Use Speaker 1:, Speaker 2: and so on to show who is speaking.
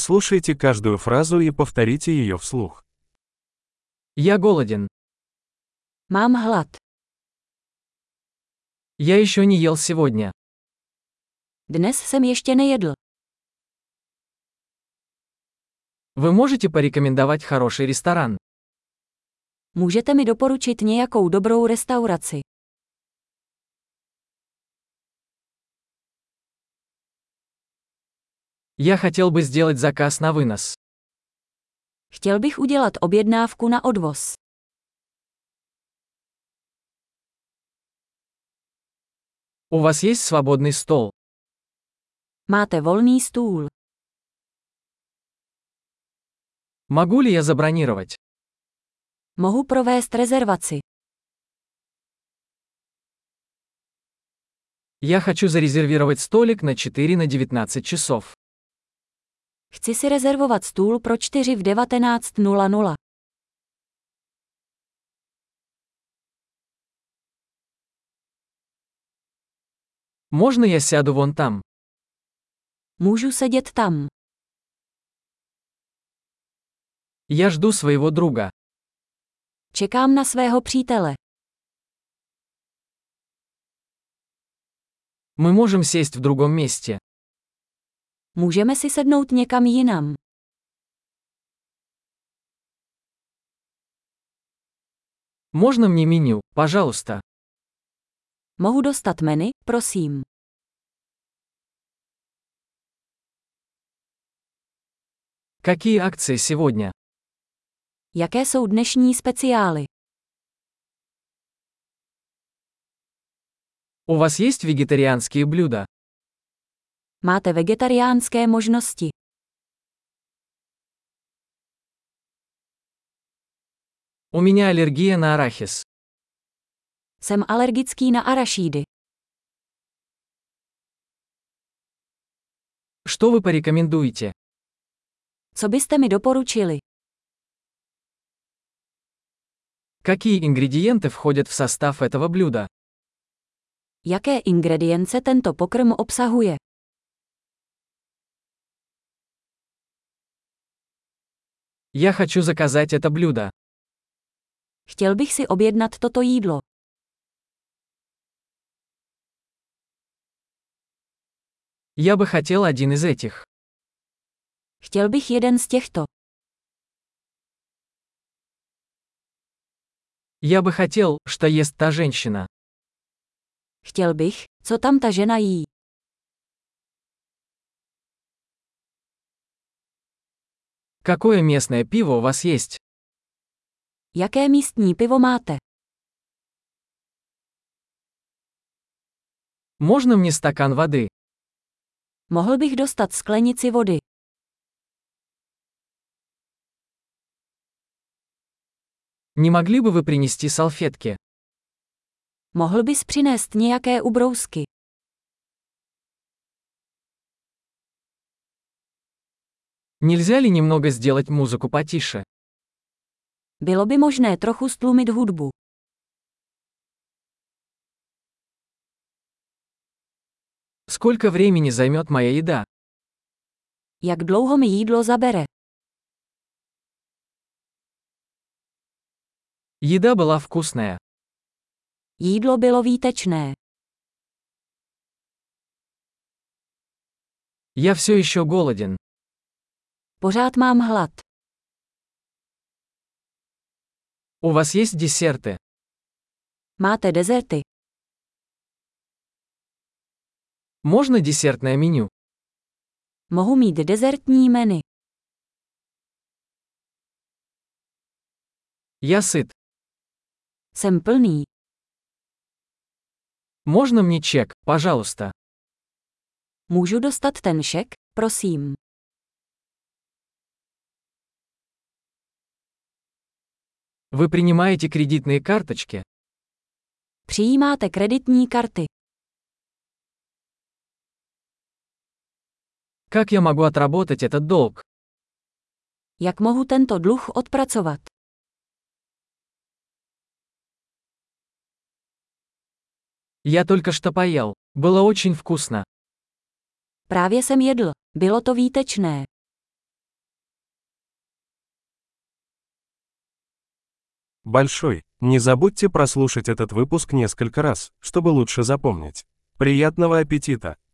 Speaker 1: Прослушайте каждую фразу и повторите ее вслух.
Speaker 2: Я голоден.
Speaker 3: Mám hlad.
Speaker 2: Я еще не ел сегодня.
Speaker 3: Dnes jsem ještě nejedl.
Speaker 2: Вы можете порекомендовать хороший ресторан?
Speaker 3: Můžete mi doporučit nějakou dobrou restauraci?
Speaker 2: Я хотел бы сделать заказ на вынос.
Speaker 3: Chtěl bych udělat objednávku na odvoz.
Speaker 2: У вас есть свободный стол?
Speaker 3: Máte volný stůl.
Speaker 2: Могу ли я забронировать?
Speaker 3: Mohu provést rezervaci.
Speaker 2: Я хочу зарезервировать столик на 4 на 19 часов.
Speaker 3: Chci si rezervovat stůl pro 4 v 19.00.
Speaker 2: Можно я сяду вон там?
Speaker 3: Můžu sedět tam.
Speaker 2: Я жду своего друга.
Speaker 3: Čekám na svého přítele.
Speaker 2: Мы можем сесть в другом месте.
Speaker 3: Můžeme si sednout někam jinam.
Speaker 2: Можно мне меню, пожалуйста?
Speaker 3: Mohu dostat menu, prosím.
Speaker 2: Какие акции сегодня?
Speaker 3: Jaké jsou dnešní speciály?
Speaker 2: У вас есть вегетарианские блюда?
Speaker 3: Máte vegetariánské možnosti.
Speaker 2: У меня аллергия на арахис.
Speaker 3: Jsem alergický na arašídy.
Speaker 2: Что вы порекомендуете?
Speaker 3: Co byste mi doporučili?
Speaker 2: Какие ингредиенты входят в состав этого блюда?
Speaker 3: Jaké ingredience tento pokrm obsahuje?
Speaker 2: Я хочу заказать это блюдо.
Speaker 3: Chtěl bych si objednat toto jídlo.
Speaker 2: Я бы хотел один из этих.
Speaker 3: Chtěl bych jeden z těchto.
Speaker 2: Я бы хотел, что ест та женщина.
Speaker 3: Chtěl bych, co tam ta žena jí.
Speaker 2: Какое местное пиво у вас есть?
Speaker 3: Jaké místní pivo máte?
Speaker 2: Можно мне стакан воды?
Speaker 3: Mohl bych dostat sklenici vody.
Speaker 2: Не могли бы вы принести салфетки?
Speaker 3: Mohl bys přinést nějaké ubrousky.
Speaker 2: Нельзя ли немного сделать музыку потише?
Speaker 3: Bylo by možné trochu stlumit hudbu.
Speaker 2: Сколько времени займет моя еда?
Speaker 3: Jak dlouho mi jídlo zabere?
Speaker 2: Еда была вкусная.
Speaker 3: Jídlo bylo výtečné.
Speaker 2: Я все еще голоден.
Speaker 3: Pořád mám hlad.
Speaker 2: У вас есть десерты?
Speaker 3: Máte dezerty.
Speaker 2: Можно десертное меню?
Speaker 3: Mohu mít dezertní menu.
Speaker 2: Я сыт.
Speaker 3: Jsem plný.
Speaker 2: Можно мне чек, пожалуйста?
Speaker 3: Můžu dostat ten šek, prosím.
Speaker 2: Вы принимаете кредитные карточки?
Speaker 3: Přijímáte kreditní karty.
Speaker 2: Как я могу отработать этот долг?
Speaker 3: Jak mohu tento dluh odpracovat?
Speaker 2: Я только что поел. Было очень вкусно.
Speaker 3: Právě jsem jedl. Bylo to výtečné.
Speaker 1: большой. Не забудьте прослушать этот выпуск несколько раз, чтобы лучше запомнить. Приятного аппетита!